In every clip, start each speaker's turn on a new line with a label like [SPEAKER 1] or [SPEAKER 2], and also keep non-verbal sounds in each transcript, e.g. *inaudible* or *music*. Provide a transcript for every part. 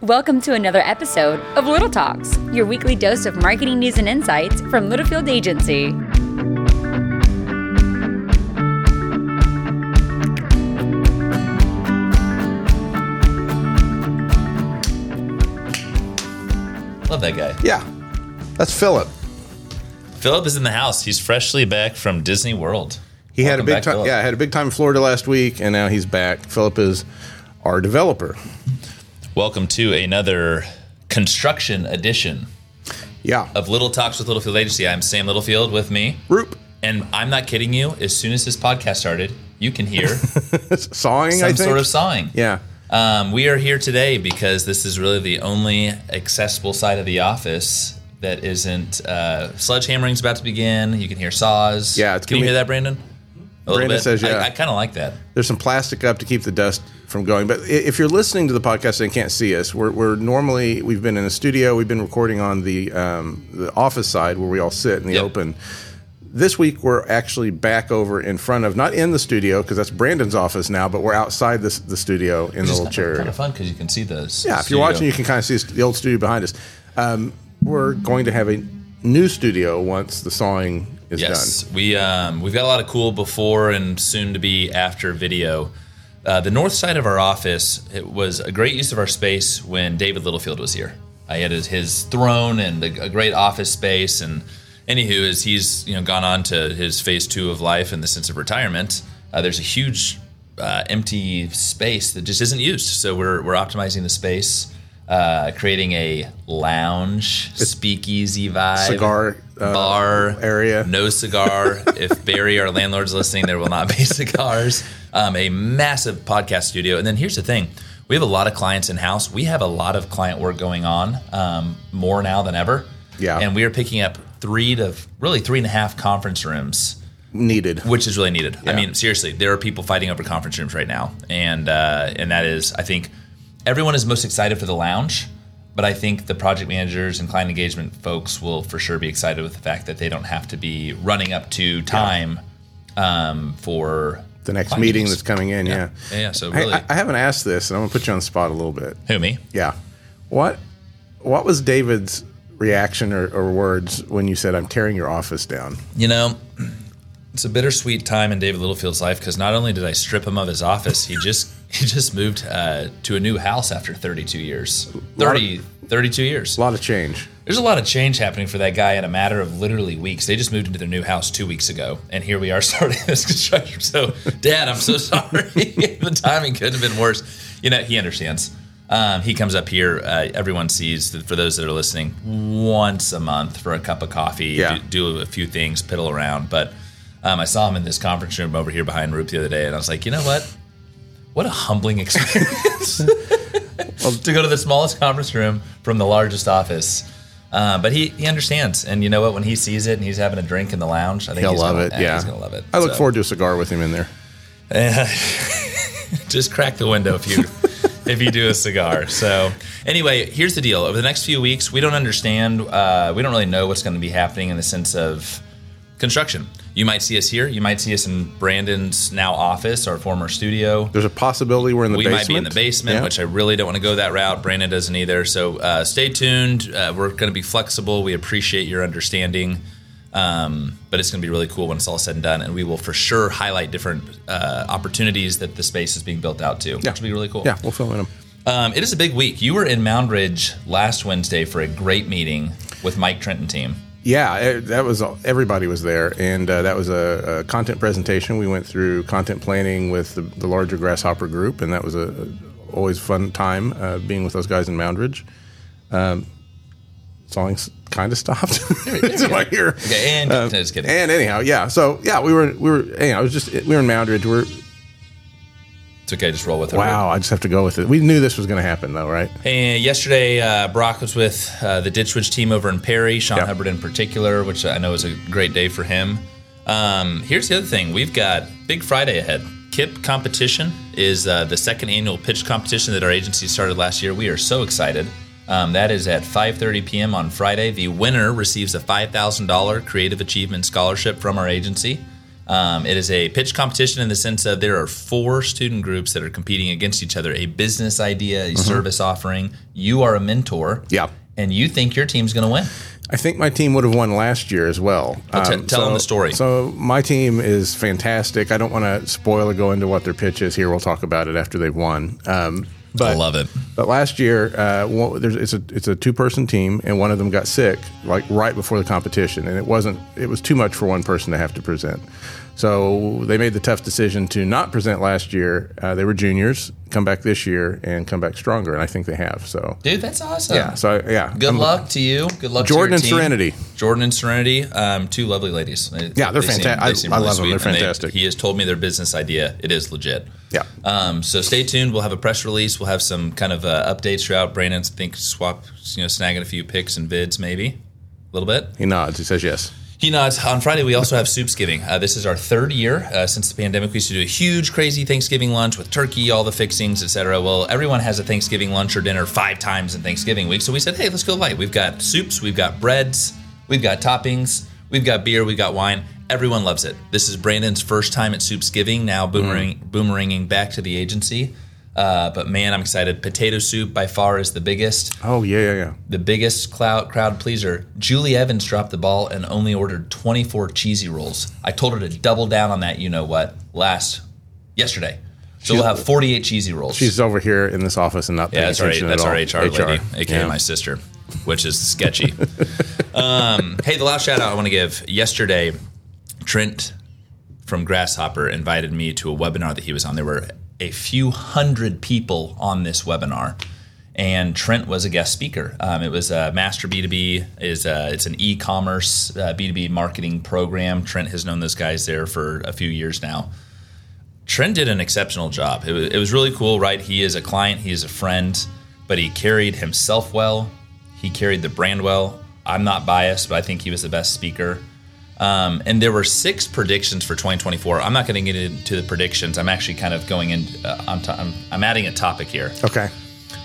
[SPEAKER 1] Welcome to another episode of Little Talks, your weekly dose of marketing news and insights from Littlefield Agency.
[SPEAKER 2] Love that guy.
[SPEAKER 3] Yeah, that's Philip.
[SPEAKER 2] Philip is in the house. He's freshly back from Disney World.
[SPEAKER 3] He had a
[SPEAKER 2] Welcome
[SPEAKER 3] big
[SPEAKER 2] back,
[SPEAKER 3] time.
[SPEAKER 2] Philip.
[SPEAKER 3] Yeah, had a big time in Florida last week, and now he's back. Philip is our developer.
[SPEAKER 2] Welcome to another construction edition
[SPEAKER 3] Yeah,
[SPEAKER 2] of Little Talks with Littlefield Agency. I'm Sam Littlefield with me.
[SPEAKER 3] Roop
[SPEAKER 2] And I'm not kidding you, as soon as this podcast started, you can hear some
[SPEAKER 3] sawing. I think.
[SPEAKER 2] sort of sawing.
[SPEAKER 3] yeah,
[SPEAKER 2] Um, we are here today because this is really the only accessible side of the office that isn't uh, sledgehammering's about to begin. You can hear saws.
[SPEAKER 3] Yeah, it's
[SPEAKER 2] can you
[SPEAKER 3] gonna
[SPEAKER 2] hear
[SPEAKER 3] be-
[SPEAKER 2] that, Brandon? A little
[SPEAKER 3] Brandon
[SPEAKER 2] bit.
[SPEAKER 3] says,
[SPEAKER 2] I-
[SPEAKER 3] yeah.
[SPEAKER 2] I, kind of like that.
[SPEAKER 3] there's some plastic up to keep the dust from going. But i- if you're listening to the podcast and can't see us, we're, we're normally we've been in a studio. We've been recording on the um, the office side where we all sit in the
[SPEAKER 2] Yep.
[SPEAKER 3] open. This week we're actually back over in front of not in the studio because that's Brandon's office now, but we're outside this, the studio in the little chair.
[SPEAKER 2] Kind
[SPEAKER 3] area.
[SPEAKER 2] of fun because you can see the. s-
[SPEAKER 3] Yeah, if you're
[SPEAKER 2] studio.
[SPEAKER 3] watching, you can kind of see the old studio behind us. Um, we're going to have a new studio once the sawing is
[SPEAKER 2] Yes,
[SPEAKER 3] done.
[SPEAKER 2] we um, we've got a lot of cool before and soon to be after video. Uh, the north side of our office it was a great use of our space when David Littlefield was here. I had his, his throne and a, a great office space, and anywho, as he's you know gone on to his phase two of life in the sense of retirement, uh, there's a huge uh, empty space that just isn't used. So we're we're optimizing the space. Uh, creating a lounge, speakeasy vibe,
[SPEAKER 3] Cigar, uh,
[SPEAKER 2] bar
[SPEAKER 3] area.
[SPEAKER 2] no
[SPEAKER 3] *laughs*
[SPEAKER 2] cigar. if Barry, our landlord's listening, there will not be *laughs* cigars. Um, a massive podcast studio. And then here's the thing we have a lot of clients in house. We have a lot of client work going on, um, more now than ever.
[SPEAKER 3] Yeah.
[SPEAKER 2] And we are picking up three to really three and a half conference rooms
[SPEAKER 3] Needed.
[SPEAKER 2] which is really needed. I
[SPEAKER 3] Yeah.
[SPEAKER 2] mean, seriously, there are people fighting over conference rooms right now, and uh, and that is, I think, everyone is most excited for the lounge, but I think the project managers and client engagement folks will for sure be excited with the fact that they don't have to be running up to time um, for
[SPEAKER 3] The next
[SPEAKER 2] client
[SPEAKER 3] meeting
[SPEAKER 2] meetings.
[SPEAKER 3] that's coming in, yeah.
[SPEAKER 2] yeah, yeah, so
[SPEAKER 3] Hey,
[SPEAKER 2] really,
[SPEAKER 3] I, I haven't asked this, and I'm going to put you on the spot a little bit.
[SPEAKER 2] who me?
[SPEAKER 3] Yeah. What What was David's reaction or, or words when you said, I'm tearing your office down?
[SPEAKER 2] You know, it's a bittersweet time in David Littlefield's life because not only did I strip him of his office, he just *laughs* he just moved uh, to a new house after 32 years. 30, 32 years.
[SPEAKER 3] A lot of change.
[SPEAKER 2] There's a lot of change happening for that guy in a matter of literally weeks. They just moved into their new house two weeks ago, and here we are *laughs* starting this construction. So, Dad, I'm so *laughs* sorry. the timing couldn't have been worse. You know, he understands. Um, he comes up here. Uh, everyone sees that for those that are listening once a month for a cup of coffee,
[SPEAKER 3] Yeah.
[SPEAKER 2] do, do a few things, piddle around. But um, I saw him in this conference room over here behind Roop the other day, and I was like, you know what? What a humbling
[SPEAKER 3] *laughs*
[SPEAKER 2] experience to go to the smallest conference room from the largest office. Uh, but he, he understands, and you know what? When he sees it and he's having a drink in the lounge, I think
[SPEAKER 3] He'll
[SPEAKER 2] he's
[SPEAKER 3] love
[SPEAKER 2] gonna,
[SPEAKER 3] it. Yeah.
[SPEAKER 2] he's gonna love it.
[SPEAKER 3] I look
[SPEAKER 2] So,
[SPEAKER 3] forward to a cigar with him in there.
[SPEAKER 2] *laughs* Just crack the window if
[SPEAKER 3] *laughs*
[SPEAKER 2] you if you do a cigar. So anyway, here's the deal. Over the next few weeks, we don't understand. Uh, we don't really know what's going to be happening in the sense of construction. You might see us here. You might see us in Brandon's now office, our former studio.
[SPEAKER 3] There's a possibility we're in the
[SPEAKER 2] we
[SPEAKER 3] basement.
[SPEAKER 2] might be in the basement,
[SPEAKER 3] Yeah.
[SPEAKER 2] which I really don't want to go that route. Brandon doesn't either. So uh, stay tuned. Uh, we're going to be flexible. We appreciate your understanding. Um, but it's going to be really cool when it's all said and done. And we will for sure highlight different uh, opportunities that the space is being built out to, which will be really cool.
[SPEAKER 3] Yeah, we'll film in him.
[SPEAKER 2] Um, it is a big week. You were in Mound Ridge last Wednesday for a great meeting with Mike Trenton team.
[SPEAKER 3] Yeah, eh, that was everybody was there, and uh, that was a, a content presentation. We went through content planning with the, the larger Grasshopper group, and that was a, a always fun time uh, being with those guys in Mound Ridge. Um, sawing's kind of stopped. *laughs* That's what I hear.
[SPEAKER 2] Okay, and no, just kidding.
[SPEAKER 3] Uh, And anyhow, yeah. So yeah, we were we were anyhow. It was just we were in Mound Ridge. We're
[SPEAKER 2] it's okay. Just roll with it.
[SPEAKER 3] wow. I just have to go with it. We knew this was going to happen, though, right?
[SPEAKER 2] And yesterday, uh, Brock was with uh, the Ditchwitch team over in Perry, Sean
[SPEAKER 3] Yep.
[SPEAKER 2] Hubbard in particular, which I know is a great day for him. Um, here's the other thing we've got Big Friday ahead. KIP competition is uh, the second annual pitch competition that our agency started last year. We are so excited. Um, that is at 5:30 p.m. on Friday. The winner receives a $5,000 Creative Achievement Scholarship from our agency. Um, it is a pitch competition in the sense of there are four student groups that are competing against each other a business idea, a service offering. You are a mentor.
[SPEAKER 3] Mm-hmm. Yeah.
[SPEAKER 2] And you think your team's going to win.
[SPEAKER 3] I think my team would have won last year as well. Um,
[SPEAKER 2] Well, t- tell 'em the story.
[SPEAKER 3] So my team is fantastic. I don't want to spoil or go into what their pitch is here. We'll talk about it after they've won. Um,
[SPEAKER 2] I
[SPEAKER 3] but
[SPEAKER 2] love it.
[SPEAKER 3] But last year, uh, one, there's, it's a it's a two person team, and one of them got sick like right before the competition, and it wasn't it was too much for one person to have to present. So they made the tough decision to not present last year. Uh, they were juniors. Come back this year and come back stronger, and I think they have. So
[SPEAKER 2] Dude, that's awesome.
[SPEAKER 3] yeah, so yeah,
[SPEAKER 2] Good
[SPEAKER 3] I'm-
[SPEAKER 2] luck to you. Good luck
[SPEAKER 3] Jordan
[SPEAKER 2] to your
[SPEAKER 3] and
[SPEAKER 2] team.
[SPEAKER 3] Serenity.
[SPEAKER 2] Jordan and Serenity, um, two lovely ladies. They-
[SPEAKER 3] Yeah, they're
[SPEAKER 2] they seem-
[SPEAKER 3] fanta-
[SPEAKER 2] they
[SPEAKER 3] I-
[SPEAKER 2] seem
[SPEAKER 3] I love them.
[SPEAKER 2] sweet,
[SPEAKER 3] They're
[SPEAKER 2] and they-
[SPEAKER 3] fantastic.
[SPEAKER 2] he has told me their business idea. It is legit.
[SPEAKER 3] Yeah.
[SPEAKER 2] Um, so stay tuned. We'll have a press release. We'll have some kind of uh, updates throughout. Brandon's think swap, you know, snagging a few picks and vids maybe a little bit.
[SPEAKER 3] He nods. He says yes.
[SPEAKER 2] You know, it's, on Friday we also have Soups Giving. Uh, this is our third year uh, since the pandemic. We used to do a huge, crazy Thanksgiving lunch with turkey, all the fixings, etc. Well, everyone has a Thanksgiving lunch or dinner five times in Thanksgiving week, so we said, hey, let's go light. We've got soups, we've got breads, we've got toppings, we've got beer, we've got wine. Everyone loves it. This is Brandon's first time at Soups Giving. Now boomerang, boomeranging back to the agency. Uh, but man, I'm excited. Potato soup by far is the biggest
[SPEAKER 3] Oh yeah, yeah, yeah.
[SPEAKER 2] the biggest cloud, crowd pleaser, Julie Evans dropped the ball and only ordered 24 cheesy rolls. I told her to double down on that, you know what, last yesterday. So we'll have 48 cheesy rolls.
[SPEAKER 3] She's over here in this office and not paying
[SPEAKER 2] yeah, that's our,
[SPEAKER 3] attention
[SPEAKER 2] that's
[SPEAKER 3] at all.
[SPEAKER 2] our HR, lady, aka
[SPEAKER 3] Yeah.
[SPEAKER 2] my sister, which is
[SPEAKER 3] *laughs*
[SPEAKER 2] sketchy. um, hey, the last shout out I want to give yesterday, Trent from Grasshopper invited me to a webinar that he was on. There were a few hundred people on this webinar, and Trent was a guest speaker. Um, it was uh, Master B2B is uh, it's an e-commerce uh, B2B marketing program. Trent has known those guys there for a few years now. Trent did an exceptional job. It was, it was really cool, right? He is a client, he is a friend, but he carried himself well. He carried the brand well. I'm not biased, but I think he was the best speaker. Um, and there were six predictions for 2024. I'm not going to get into the predictions. I'm actually kind of going in. Uh, I'm, t- I'm, I'm adding a topic here.
[SPEAKER 3] Okay.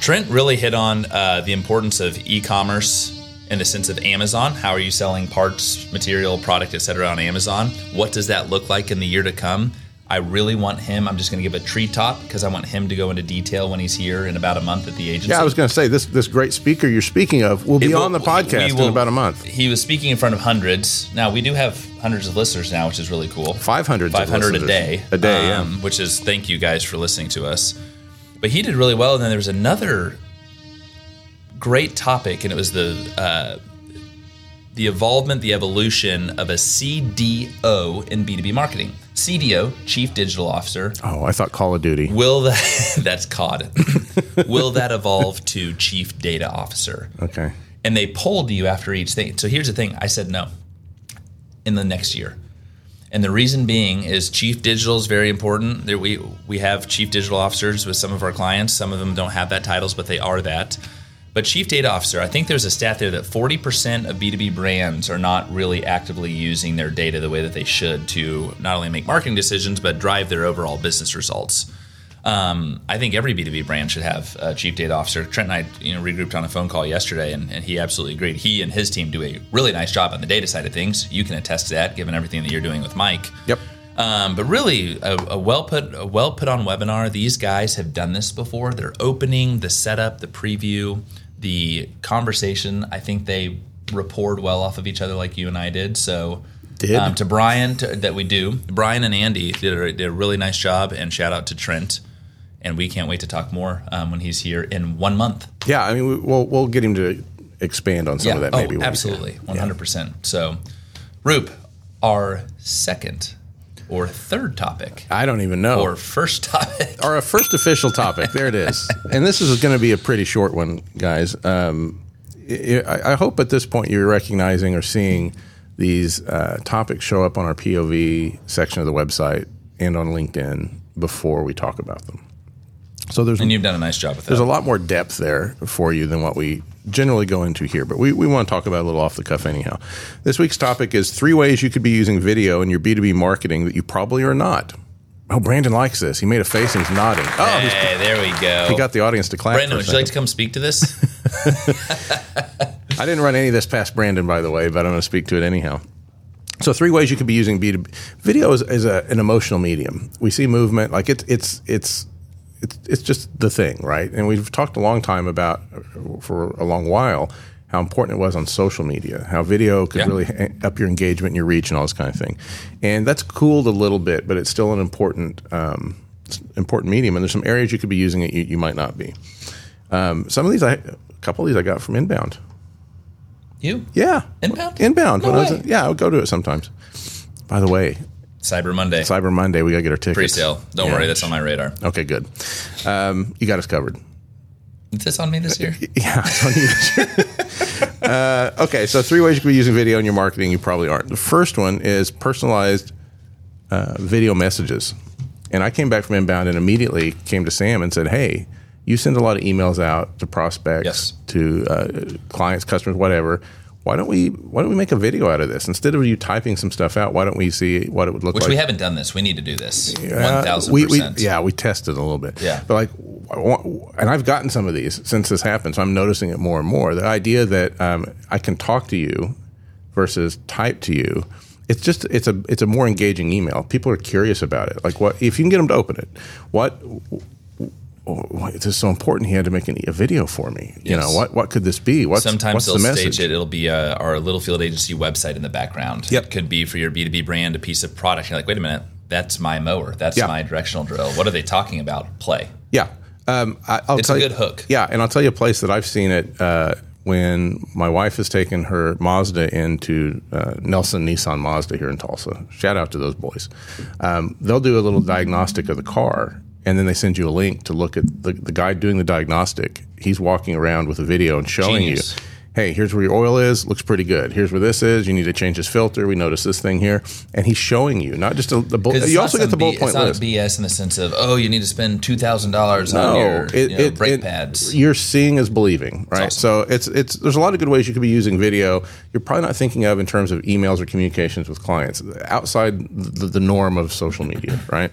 [SPEAKER 2] Trent really hit on uh, the importance of e-commerce in the sense of Amazon. How are you selling parts, material, product, etc. on Amazon? What does that look like in the year to come? I really want him. I'm just going to give a treetop because I want him to go into detail when he's here in about a month at the agency.
[SPEAKER 3] Yeah, I was going to say this this great speaker you're speaking of will be
[SPEAKER 2] It will-
[SPEAKER 3] on the
[SPEAKER 2] we
[SPEAKER 3] podcast
[SPEAKER 2] will-
[SPEAKER 3] in about a month.
[SPEAKER 2] He was speaking in front of hundreds. Now we do have hundreds of listeners now, which is really cool.
[SPEAKER 3] 500
[SPEAKER 2] Five hundred a
[SPEAKER 3] listeners.
[SPEAKER 2] day. Um,
[SPEAKER 3] A day, yeah.
[SPEAKER 2] Which is thank you guys for listening to us. But he did really well. And then there was another great topic, and it was the uh, the evolvement, the evolution of a CDO in B two B marketing. CDO, Chief Digital Officer.
[SPEAKER 3] Oh, I thought Call of Duty.
[SPEAKER 2] Will that *laughs* that's
[SPEAKER 3] *laughs*
[SPEAKER 2] COD? Will that evolve to Chief Data Officer?
[SPEAKER 3] Okay.
[SPEAKER 2] and they polled you after each thing. So here's the thing I said no in the next year. And the reason being is chief digital is very important. There we we have chief digital officers with some of our clients. Some of them don't have that titles, but they are that. But chief data officer, I think there's a stat there that 40% of B2B brands are not really actively using their data the way that they should to not only make marketing decisions but drive their overall business results. Um, I think every B2B brand should have a chief data officer. Trent and I, you know, regrouped on a phone call yesterday, and, and he absolutely agreed. He and his team do a really nice job on the data side of things. You can attest to that, given everything that you're doing with Mike.
[SPEAKER 3] Yep.
[SPEAKER 2] Um, but really, a, a well put, a well put on webinar. These guys have done this before. They're opening the setup, the preview, the conversation. I think they rapport well off of each other, like you and I did. So,
[SPEAKER 3] Did?
[SPEAKER 2] um, to Brian to, that we do. Brian and Andy did a, did a really nice job, and shout out to Trent. And we can't wait to talk more um, when he's here in one month.
[SPEAKER 3] Yeah, I mean, we, we'll we'll get him to expand on some of that maybe.
[SPEAKER 2] oh,
[SPEAKER 3] when we-
[SPEAKER 2] absolutely, one hundred percent. So, Roop, our second or third topic
[SPEAKER 3] I don't even know.
[SPEAKER 2] or first *laughs* topic.
[SPEAKER 3] our first official topic. There it is. And this is going to be a pretty short one, guys. Um, I, I- I hope at this point you're recognizing or seeing these uh, topics show up on our POV section of the website and on LinkedIn before we talk about them. So there's
[SPEAKER 2] And you've done a nice job with that.
[SPEAKER 3] there's a lot more depth there for you than what we generally go into here, but we, we want to talk about it a little off the cuff anyhow. This week's topic is three ways you could be using video in your B2B marketing that you probably are not. Oh, Brandon likes this. He made a face and he's nodding. Oh, he's-
[SPEAKER 2] hey, there we go.
[SPEAKER 3] he got the audience to clap.
[SPEAKER 2] Brandon,
[SPEAKER 3] for a
[SPEAKER 2] would you like to
[SPEAKER 3] second.
[SPEAKER 2] come speak to
[SPEAKER 3] *laughs*
[SPEAKER 2] this?
[SPEAKER 3] I didn't run any of this past Brandon, by the way, but I'm going to speak to it anyhow. So three ways you could be using B two B. Video is, is a, an emotional medium. We see movement, like it's it's it's it's it's just the thing, right? And we've talked a long time about for a long while how important it was on social media, how video could
[SPEAKER 2] Yeah.
[SPEAKER 3] really h- up your engagement and your reach and all this kind of thing. And that's cooled a little bit, but it's still an important um, s- important medium. And there's some areas you could be using it you, you might not be. Um, some of these, I a couple of these I got from inbound.
[SPEAKER 2] You?
[SPEAKER 3] Yeah.
[SPEAKER 2] Inbound?
[SPEAKER 3] Inbound.
[SPEAKER 2] No
[SPEAKER 3] When I was
[SPEAKER 2] way.
[SPEAKER 3] in- yeah, I'll go to it sometimes. By the way,
[SPEAKER 2] Cyber Monday.
[SPEAKER 3] Cyber Monday, we got to get our tickets.
[SPEAKER 2] Pre-sale. Don't
[SPEAKER 3] Yeah.
[SPEAKER 2] worry, that's on my radar.
[SPEAKER 3] Okay, good. Um, you got us covered.
[SPEAKER 2] Is this on me this
[SPEAKER 3] *laughs*
[SPEAKER 2] year?
[SPEAKER 3] Yeah. it's on you. *laughs* uh, okay, so three ways you could be using video in your marketing you probably aren't. The first one is personalized uh, video messages. And I came back from inbound and immediately came to Sam and said, hey, you send a lot of emails out to prospects,
[SPEAKER 2] Yes.
[SPEAKER 3] to uh, clients, customers, whatever. Why don't we Why don't we make a video out of this instead of you typing some stuff out? Why don't we see what it would look
[SPEAKER 2] Which
[SPEAKER 3] like?
[SPEAKER 2] we haven't done this. We need to do this.
[SPEAKER 3] Uh,
[SPEAKER 2] One thousand
[SPEAKER 3] we- we-
[SPEAKER 2] percent.
[SPEAKER 3] Yeah, we tested a little bit.
[SPEAKER 2] Yeah.
[SPEAKER 3] But like, I want- and I've gotten some of these since this happened, so I'm noticing it more and more. The idea that um, I can talk to you versus type to you, it's just it's a it's a more engaging email. People are curious about it. Like, what if you can get them to open it? What? Oh, this is so important. He had to make an, a video for me. You
[SPEAKER 2] Yes.
[SPEAKER 3] know what? What could this be? What's,
[SPEAKER 2] Sometimes
[SPEAKER 3] what's
[SPEAKER 2] they'll
[SPEAKER 3] the message?
[SPEAKER 2] stage it. It'll be uh, our Littlefield agency website in the background.
[SPEAKER 3] Yep.
[SPEAKER 2] It could be for your B2B brand, a piece of product. You're like, wait a minute, that's my mower. That's
[SPEAKER 3] Yeah.
[SPEAKER 2] my directional drill. What are they talking about? Play.
[SPEAKER 3] Yeah, um, I, I'll
[SPEAKER 2] It's a
[SPEAKER 3] tell you-
[SPEAKER 2] good hook.
[SPEAKER 3] Yeah, and I'll tell you a place that I've seen it uh, when my wife has taken her Mazda into uh, Nelson Nissan Mazda here in Tulsa. Shout out to those boys. Um, they'll do a little diagnostic of the car, and then they send you a link to look at the, the guy doing the diagnostic. He's walking around with a video and showing
[SPEAKER 2] Genius.
[SPEAKER 3] you. Hey, here's where your oil is. Looks pretty good. Here's where this is. You need to change this filter. We noticed this thing here, and he's showing you not just a, the bullet.
[SPEAKER 2] 'Cause it's
[SPEAKER 3] You
[SPEAKER 2] not
[SPEAKER 3] also get
[SPEAKER 2] some
[SPEAKER 3] the bullet
[SPEAKER 2] B-
[SPEAKER 3] point
[SPEAKER 2] It's not
[SPEAKER 3] list.
[SPEAKER 2] BS in the sense of, oh, you need to spend $2,000 on
[SPEAKER 3] Oh,
[SPEAKER 2] your you know, brake pads.
[SPEAKER 3] You're seeing is believing, right?
[SPEAKER 2] awesome.
[SPEAKER 3] So it's it's there's a lot of good ways you could be using video. You're probably not thinking of in terms of emails or communications with clients outside the, the norm of social
[SPEAKER 2] *laughs*
[SPEAKER 3] media, right?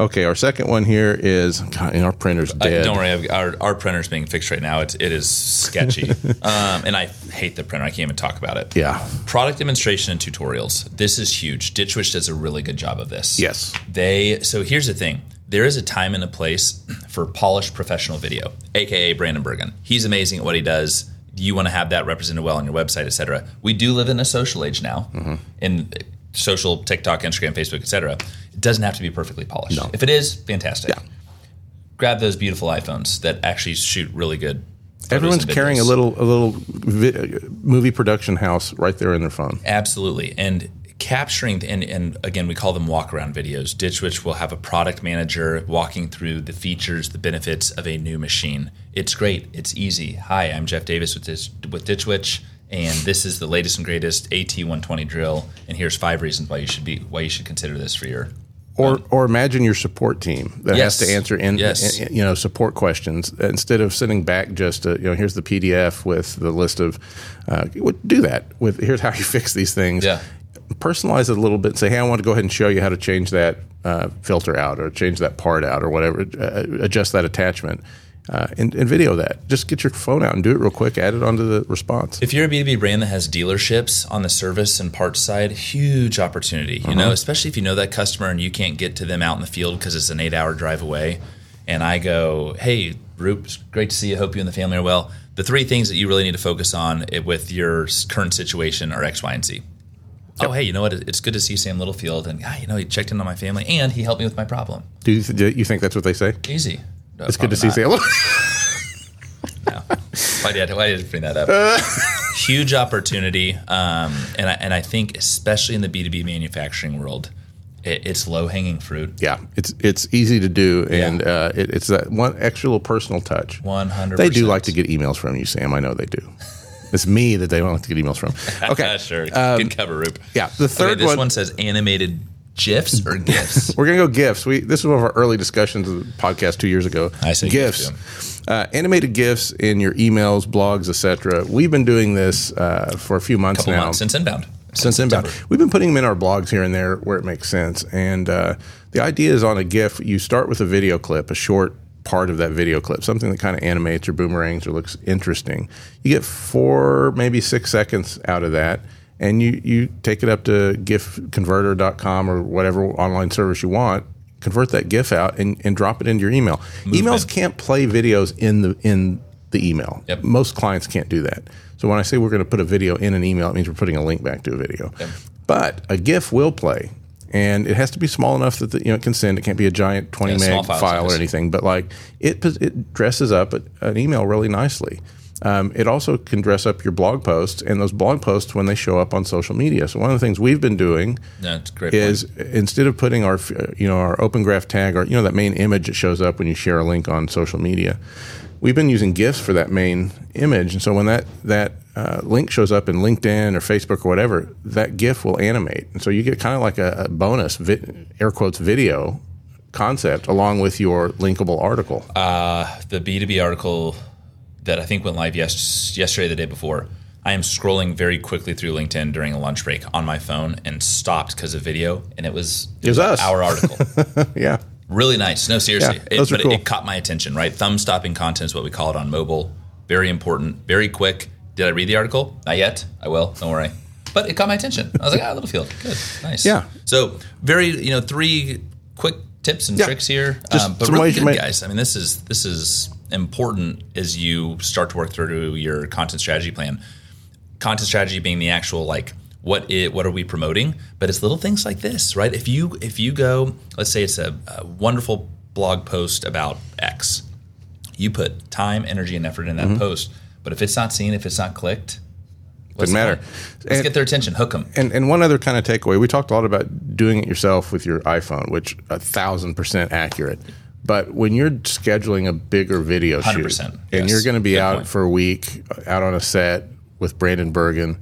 [SPEAKER 3] Okay, our second one here is God, and our printer's
[SPEAKER 2] Uh,
[SPEAKER 3] dead.
[SPEAKER 2] don't worry, I've, our, our printer's being fixed right now. It's, it is
[SPEAKER 3] *laughs*
[SPEAKER 2] sketchy. um, and I hate the printer. I can't even talk about it.
[SPEAKER 3] Yeah.
[SPEAKER 2] Product demonstration and tutorials. This is huge. Ditchwitch does a really good job of this.
[SPEAKER 3] Yes.
[SPEAKER 2] They so here's the thing. There is a time and a place for polished professional video, aka Brandon Bergen. He's amazing at what he does. You want to have that represented well on your website, et cetera. We do live in a social age now,
[SPEAKER 3] Mm-hmm.
[SPEAKER 2] in social TikTok, Instagram, Facebook, et cetera. It doesn't have to be perfectly polished. If it is, fantastic.
[SPEAKER 3] Yeah.
[SPEAKER 2] Grab those beautiful iPhones that actually shoot really good. photos
[SPEAKER 3] Everyone's
[SPEAKER 2] and
[SPEAKER 3] carrying a
[SPEAKER 2] videos.
[SPEAKER 3] little a little vi- movie production house right there in their phone.
[SPEAKER 2] Absolutely. And capturing the, and, and again we call them walk around videos. Ditch Witch will have a product manager walking through the features, the benefits of a new machine. It's great. It's easy. Hi, I'm Jeff Davis with this with Ditch Witch, and this is the latest and greatest AT120 drill. And here's five reasons why you should be why you should consider this for your
[SPEAKER 3] Or, or imagine your support team that
[SPEAKER 2] Um, Yes.
[SPEAKER 3] has to answer in,
[SPEAKER 2] Yes.
[SPEAKER 3] in- you know support questions instead of sending back just a, you know here's the PDF with the list of uh, would do that with here's how you *laughs* fix these things.
[SPEAKER 2] Yeah.
[SPEAKER 3] Personalize it a little bit. And say hey, I want to go ahead and show you how to change that uh, filter out or change that part out or whatever, uh, adjust that attachment. Uh, and, and video that. Just get your phone out and do it real quick. Add it onto the response.
[SPEAKER 2] If you're a B2B brand that has dealerships on the service and parts side, huge opportunity, you
[SPEAKER 3] Uh-huh.
[SPEAKER 2] know, especially if you know that customer and you can't get to them out in the field because it's an eight hour drive away. And I go, hey, Roop, it's great to see you. Hope you and the family are well. The three things that you really need to focus on i- with your s- current situation are X, Y, and Z. Oh, hey, you know what? It- It's good to see Sam Littlefield. And, ah, you know, he checked in on my family and he helped me with my problem.
[SPEAKER 3] Do you, do you think that's what they say?
[SPEAKER 2] Easy. No,
[SPEAKER 3] It's good to see
[SPEAKER 2] probably not.
[SPEAKER 3] Salem.
[SPEAKER 2] Why did, why did you bring that
[SPEAKER 3] *laughs*
[SPEAKER 2] up? Huge opportunity. Um, and, I, and I think, especially in the B2B manufacturing world, it, it's low hanging fruit.
[SPEAKER 3] Yeah, it's it's easy to do, and uh, it, it's that one extra little personal touch.
[SPEAKER 2] 100%.
[SPEAKER 3] They
[SPEAKER 2] *laughs*
[SPEAKER 3] do like to get emails from you, Sam. I know they do. it's me that they don't like to get emails
[SPEAKER 2] *laughs*
[SPEAKER 3] from. Okay,
[SPEAKER 2] sure.
[SPEAKER 3] Um,
[SPEAKER 2] Good cover, Roop.
[SPEAKER 3] yeah, the
[SPEAKER 2] Okay,
[SPEAKER 3] third
[SPEAKER 2] this
[SPEAKER 3] one.
[SPEAKER 2] one says animated GIFs or
[SPEAKER 3] *laughs*
[SPEAKER 2] GIFs.
[SPEAKER 3] We're gonna go gifts. We this is one of our early discussions of the podcast two years ago.
[SPEAKER 2] I say
[SPEAKER 3] gifts,
[SPEAKER 2] GIFs,
[SPEAKER 3] uh, animated gifs in your emails, blogs, etc. We've been doing this uh, for a few months
[SPEAKER 2] Couple
[SPEAKER 3] now.
[SPEAKER 2] months since inbound.
[SPEAKER 3] since inbound.
[SPEAKER 2] September.
[SPEAKER 3] We've been putting them in our blogs here and there where it makes sense. And uh, the idea is on a GIF, you start with a video clip, a short part of that video clip, something that kind of animates or boomerangs or looks interesting. You get four, maybe six seconds out of that. and you you take it up to gifconverter.com or whatever online service you want convert that gif out and, and drop it into your email emails can't play videos in the in the email
[SPEAKER 2] Yep.
[SPEAKER 3] most clients can't do that so when i say we're going to put a video in an email it means we're putting a link back to a video but a gif will play and it has to be small enough that the, you know it can send. It can't be a giant twenty
[SPEAKER 2] Yeah, small
[SPEAKER 3] meg
[SPEAKER 2] file
[SPEAKER 3] file or
[SPEAKER 2] size.
[SPEAKER 3] anything, but like it pos- it dresses up a- an email really nicely. Um, it also can dress up your blog posts and those blog posts when they show up on social media. So one of the things we've been doing
[SPEAKER 2] That's a great. point.
[SPEAKER 3] is instead of putting our you know our open graph tag or you know that main image that shows up when you share a link on social media we've been using gifs for that main image and so when that that uh, link shows up in linkedin or facebook or whatever that gif will animate and so you get kind of like a, a bonus vi- air quotes video concept along with your linkable article
[SPEAKER 2] the B2B article that I think went live yes, yesterday, or the day before. I am scrolling very quickly through LinkedIn during a lunch break on my phone and stopped because of video, and it was it
[SPEAKER 3] was us.
[SPEAKER 2] our article.
[SPEAKER 3] *laughs* *laughs* yeah
[SPEAKER 2] really nice. No, seriously,
[SPEAKER 3] Yeah,
[SPEAKER 2] it,
[SPEAKER 3] those are
[SPEAKER 2] but it-
[SPEAKER 3] cool.
[SPEAKER 2] it, caught my attention. Right, thumb stopping content is what we call it on mobile. Very important, very quick. Did I read the article? Not yet. I will. Don't worry. But it caught my attention. I was like, ah, Littlefield, good, nice.
[SPEAKER 3] Yeah.
[SPEAKER 2] So very, you know, three quick tips and
[SPEAKER 3] Yeah.
[SPEAKER 2] tricks here.
[SPEAKER 3] Just
[SPEAKER 2] Um, but
[SPEAKER 3] some
[SPEAKER 2] really
[SPEAKER 3] ways you
[SPEAKER 2] good,
[SPEAKER 3] might-
[SPEAKER 2] guys. I mean, this is this is important as you start to work through your content strategy plan. Content strategy being the actual like what it what are we promoting, but it's little things like this, right? If you if you go, let's say it's a, a wonderful blog post about X, you put time, energy, and effort in that
[SPEAKER 3] Mm-hmm.
[SPEAKER 2] post. But if it's not seen, if it's not clicked, what's
[SPEAKER 3] Doesn't
[SPEAKER 2] the
[SPEAKER 3] matter.
[SPEAKER 2] point? Let's
[SPEAKER 3] And-
[SPEAKER 2] get their attention. Hook them.
[SPEAKER 3] and, and one other kind of takeaway we talked a lot about doing it yourself with your iphone which a thousand percent accurate but when you're scheduling a bigger video shoot
[SPEAKER 2] 100%,
[SPEAKER 3] and
[SPEAKER 2] yes.
[SPEAKER 3] you're going to be
[SPEAKER 2] Good
[SPEAKER 3] out
[SPEAKER 2] point.
[SPEAKER 3] for a week uh, out on a set with brandon bergen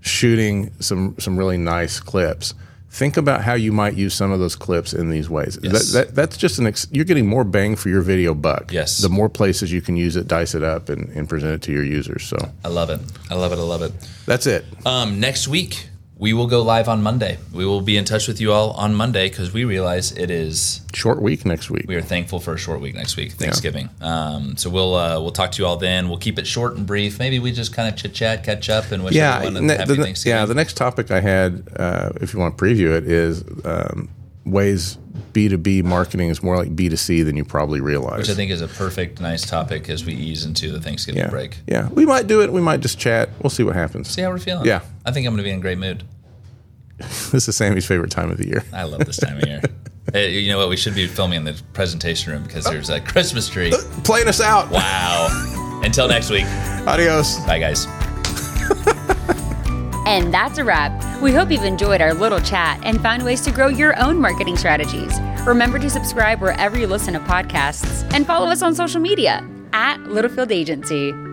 [SPEAKER 3] shooting some some really nice clips think about how you might use some of those clips in these ways
[SPEAKER 2] Yes.
[SPEAKER 3] that, that, that's just an ex- you're getting more bang for your video buck
[SPEAKER 2] Yes.
[SPEAKER 3] the more places you can use it dice it up and, and present it to your users so
[SPEAKER 2] I love it. I love it. I love it.
[SPEAKER 3] that's it
[SPEAKER 2] Um, next week, we will go live on Monday. We will be in touch with you all on Monday because we realize it is.
[SPEAKER 3] short week next week
[SPEAKER 2] We are thankful for a short week next week, Thanksgiving. Um, so we'll uh, we'll talk to you all then. We'll keep it short and brief. Maybe we just kind of chit chat, catch up, and wish
[SPEAKER 3] yeah,
[SPEAKER 2] everyone
[SPEAKER 3] ne-
[SPEAKER 2] a happy
[SPEAKER 3] the,
[SPEAKER 2] Thanksgiving.
[SPEAKER 3] yeah. The next topic I had, uh, if you want to preview it, is um, ways B two B marketing is more like B two C than you probably realize.
[SPEAKER 2] Which I think is a perfect, nice topic as we ease into the Thanksgiving
[SPEAKER 3] yeah,
[SPEAKER 2] break.
[SPEAKER 3] yeah. We might do it. We might just chat. We'll see what happens. *laughs*
[SPEAKER 2] See how we're feeling.
[SPEAKER 3] Yeah.
[SPEAKER 2] I think I'm going to be in a great mood.
[SPEAKER 3] This is Sammy's favorite time of the year. *laughs*
[SPEAKER 2] I love this time of year. Hey, you know what? We should be filming in the presentation room because there's a Christmas
[SPEAKER 3] *laughs*
[SPEAKER 2] tree.
[SPEAKER 3] Playing us out.
[SPEAKER 2] Wow. Until next week.
[SPEAKER 3] Adios.
[SPEAKER 2] Bye, guys.
[SPEAKER 1] And that's a wrap. We hope you've enjoyed our little chat and found ways to grow your own marketing strategies. Remember to subscribe wherever you listen to podcasts and follow us on social media at Littlefield Agency.